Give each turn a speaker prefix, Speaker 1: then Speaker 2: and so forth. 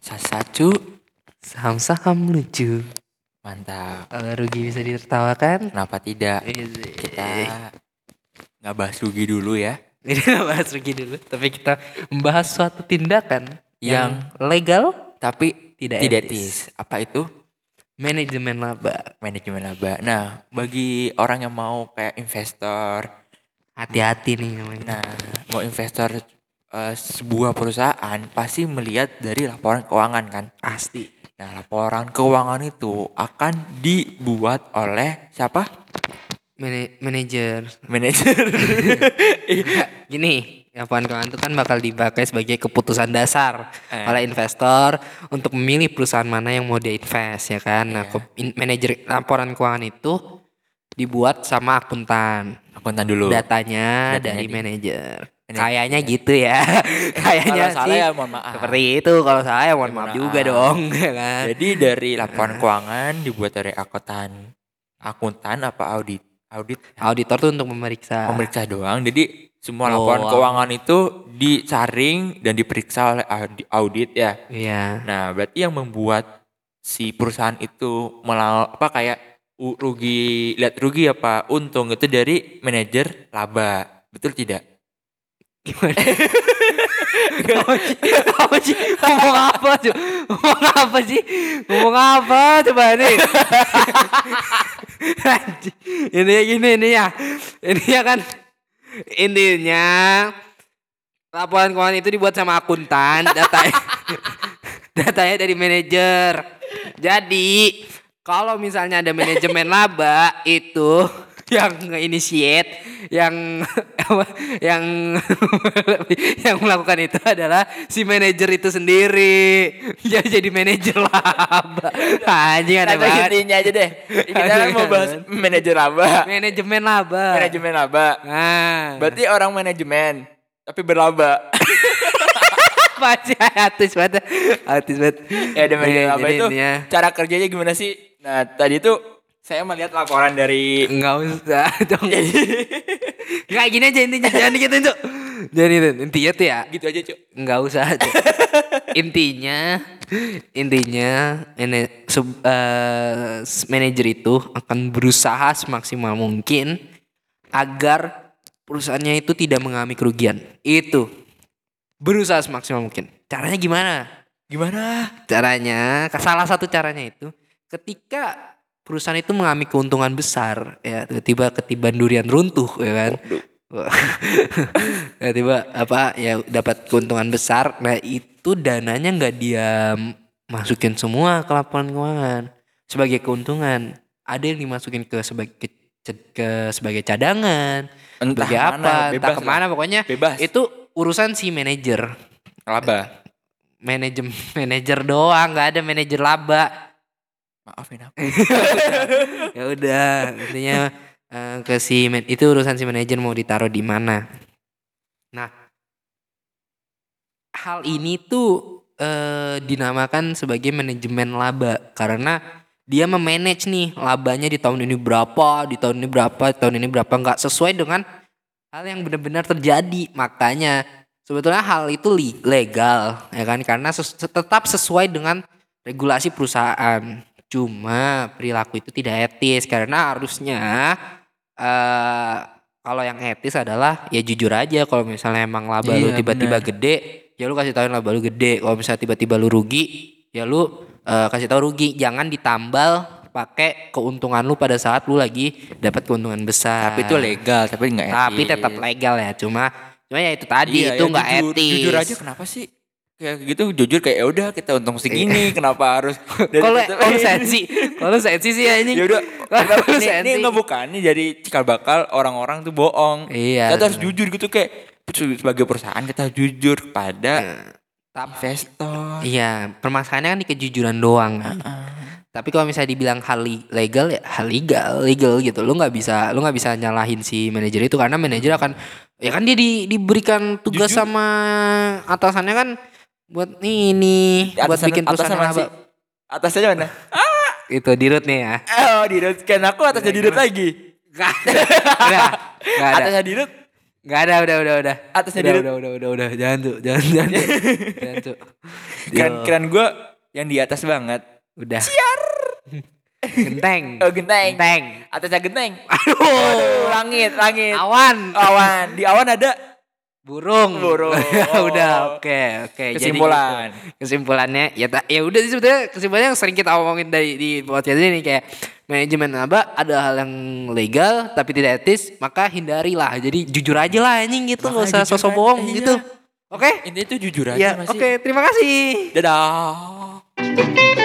Speaker 1: Sacu saham-saham lucu.
Speaker 2: Mantap.
Speaker 1: Kalau rugi bisa ditertawakan.
Speaker 2: Kenapa tidak?
Speaker 1: Iya Kita
Speaker 2: Kita nggak bahas rugi dulu ya.
Speaker 1: ini nggak bahas rugi dulu, tapi kita membahas suatu tindakan yang,
Speaker 2: Yang-
Speaker 1: legal
Speaker 2: Tapi
Speaker 1: tidak,
Speaker 2: tidak
Speaker 1: etis.
Speaker 2: etis. Apa itu?
Speaker 1: Manajemen laba.
Speaker 2: Manajemen laba. Nah, bagi orang yang mau kayak investor,
Speaker 1: Hati-hati nih namanya.
Speaker 2: nah mau investor eh, sebuah perusahaan pasti melihat dari laporan keuangan kan.
Speaker 1: Pasti
Speaker 2: Nah, laporan keuangan itu akan dibuat oleh siapa?
Speaker 1: Mana- manajer. Iya,
Speaker 2: Manajer.
Speaker 1: Gini, laporan keuangan itu kan bakal dipakai sebagai keputusan dasar
Speaker 2: Eh.
Speaker 1: oleh investor untuk memilih perusahaan mana yang mau dia invest ya kan.
Speaker 2: Iya.
Speaker 1: Nah, ke- in- manajer laporan keuangan itu dibuat sama akuntan.
Speaker 2: Akuntan dulu. Datanya
Speaker 1: datanya, dari
Speaker 2: di-
Speaker 1: manajer.
Speaker 2: Manajer.
Speaker 1: Kayaknya gitu ya. Kayaknya
Speaker 2: Kalau salah
Speaker 1: sih.
Speaker 2: ya mohon maaf.
Speaker 1: Seperti itu kalau saya
Speaker 2: Ya,
Speaker 1: mohon maaf
Speaker 2: mohon
Speaker 1: juga
Speaker 2: maaf.
Speaker 1: dong ya kan.
Speaker 2: Jadi dari laporan keuangan dibuat dari akuntan, akuntan apa audit? Audit
Speaker 1: Auditor tuh untuk memeriksa.
Speaker 2: pemeriksa doang. Jadi semua
Speaker 1: Nah. Oh,
Speaker 2: laporan
Speaker 1: wow.
Speaker 2: keuangan itu disaring dan diperiksa oleh audi- audit ya.
Speaker 1: Iya.
Speaker 2: Nah, berarti yang membuat si perusahaan itu melal apa kayak u- rugi lihat rugi apa untung itu dari manajer laba. Betul tidak?
Speaker 1: Gimana? apa sih? Apa sih? Ngomong apa sih? Ngomong apa sih? Ngomong apa coba nih? Anjing. ini gini ini ya. Ini ya kan intinya laporan keuangan itu dibuat sama akuntan datanya datanya dari manajer. Jadi kalau misalnya ada manajemen laba itu yang nge-initiate yang apa, yang yang melakukan itu adalah si manajer itu sendiri. Ya jadi manajer laba. Anjing aneh
Speaker 2: Kata
Speaker 1: banget. Nah.
Speaker 2: intinya Nah, aja deh. Kita kan mau bahas manajer laba.
Speaker 1: Manajemen laba.
Speaker 2: Manajemen laba.
Speaker 1: Nah,
Speaker 2: Berarti orang manajemen tapi berlaba.
Speaker 1: apa sih artis banget, artis banget.
Speaker 2: ya ada manajer
Speaker 1: Nih,
Speaker 2: laba
Speaker 1: jadi
Speaker 2: itu
Speaker 1: intinya,
Speaker 2: cara kerjanya gimana sih nah tadi itu saya melihat laporan dari
Speaker 1: Nggak usah dong. Nggak gini aja intinya jangan dikitin tuh. Jadi intinya tuh ya
Speaker 2: gitu aja cuk
Speaker 1: nggak usah. Cuk. intinya intinya ini sub- eh, s- manajer itu akan berusaha semaksimal mungkin agar perusahaannya itu tidak mengalami kerugian. Itu berusaha semaksimal mungkin. Caranya gimana?
Speaker 2: gimana
Speaker 1: caranya salah satu caranya itu ketika perusahaan itu mengalami keuntungan besar ya tiba-tiba ketiban durian runtuh ya kan tiba-tiba apa ya dapat keuntungan besar nah itu dananya nggak dia masukin semua ke laporan keuangan sebagai keuntungan ada yang dimasukin ke sebagai ke, ke sebagai cadangan
Speaker 2: entah
Speaker 1: sebagai
Speaker 2: kemana,
Speaker 1: apa entah
Speaker 2: bebas
Speaker 1: kemana pokoknya
Speaker 2: lah. bebas
Speaker 1: itu urusan si manajer
Speaker 2: laba
Speaker 1: manajem manajer doang nggak ada manajer laba
Speaker 2: maafin aku
Speaker 1: ya udah intinya eh, ke si man- itu urusan si manajer mau ditaruh di mana nah hal ini tuh eh, dinamakan sebagai manajemen laba karena dia memanage nih labanya di tahun ini berapa di tahun ini berapa di tahun ini berapa nggak sesuai dengan hal yang benar-benar terjadi makanya sebetulnya hal itu li- legal ya kan karena ses- tetap sesuai dengan regulasi perusahaan cuma perilaku itu tidak etis karena harusnya eh kalau yang etis adalah ya jujur aja kalau misalnya emang laba lu
Speaker 2: Iya,
Speaker 1: tiba-tiba
Speaker 2: benar.
Speaker 1: gede ya lu kasih tauin laba lu gede kalau misalnya tiba-tiba lu rugi ya lu eh, kasih tahu rugi jangan ditambal pakai keuntungan lu pada saat lu lagi dapat keuntungan besar
Speaker 2: tapi itu legal tapi nggak
Speaker 1: tapi
Speaker 2: etis.
Speaker 1: tetap legal ya cuma cuma ya itu tadi
Speaker 2: Iya,
Speaker 1: itu
Speaker 2: ya,
Speaker 1: nggak
Speaker 2: jujur,
Speaker 1: etis
Speaker 2: jujur aja kenapa sih kayak gitu jujur kayak "Ya udah kita untung segini kenapa harus dari
Speaker 1: kalau
Speaker 2: situ-
Speaker 1: kalau sensi kalau sensi sih ya ini
Speaker 2: ya udah
Speaker 1: kalau
Speaker 2: ini, ini
Speaker 1: sensi
Speaker 2: ngebukan nih jadi cikal bakal orang-orang tuh bohong
Speaker 1: iya
Speaker 2: kita harus jujur gitu kayak sebagai perusahaan kita harus jujur
Speaker 1: Iya.
Speaker 2: kepada
Speaker 1: tapi
Speaker 2: investor
Speaker 1: Iya, permasalahannya kan di kejujuran doang. kan. Tapi kalau misalnya dibilang hal li- legal ya hal legal, legal gitu. Lu nggak bisa lu nggak bisa nyalahin si manajer itu karena manajer akan ya kan dia di- diberikan tugas
Speaker 2: Jujur.
Speaker 1: sama atasannya kan buat nih ini buat bikin perusahaan
Speaker 2: mana
Speaker 1: laba.
Speaker 2: sih? Atasnya mana?
Speaker 1: Itu dirut nih ya.
Speaker 2: Oh, dirut. Kan aku atasnya dirut lagi.
Speaker 1: Gak Iya, ada. Udah, Gak ada. Iya.
Speaker 2: Atasnya dirut,
Speaker 1: Gak ada, udah, udah, udah.
Speaker 2: atasnya
Speaker 1: Udah,
Speaker 2: dirut.
Speaker 1: udah, udah, udah, udah. Jangan tuh, jangan, jangan. tuh. jangan tuh.
Speaker 2: Keren, keren gue yang di atas banget.
Speaker 1: Udah. Siar. Genteng.
Speaker 2: Oh, genteng.
Speaker 1: Genteng.
Speaker 2: Atasnya genteng.
Speaker 1: Aduh.
Speaker 2: Aduh, langit, langit.
Speaker 1: Awan.
Speaker 2: Awan, di awan ada
Speaker 1: Burung. Ya
Speaker 2: Burung. Oh.
Speaker 1: udah, oke, oke. Jadi gitu.
Speaker 2: kesimpulan.
Speaker 1: kesimpulannya ya ta- ya udah sih sebetulnya kesimpulannya yang sering kita omongin dari di podcast ini kayak manajemen laba ada hal yang legal tapi tidak etis maka hindarilah jadi jujur aja lah anjing gitu nggak
Speaker 2: Makanya
Speaker 1: usah
Speaker 2: jujur
Speaker 1: sosok
Speaker 2: aja,
Speaker 1: bohong
Speaker 2: iya.
Speaker 1: gitu oke
Speaker 2: Intinya itu jujur aja
Speaker 1: ya
Speaker 2: nggak
Speaker 1: oke
Speaker 2: sih?
Speaker 1: terima kasih
Speaker 2: Dadah.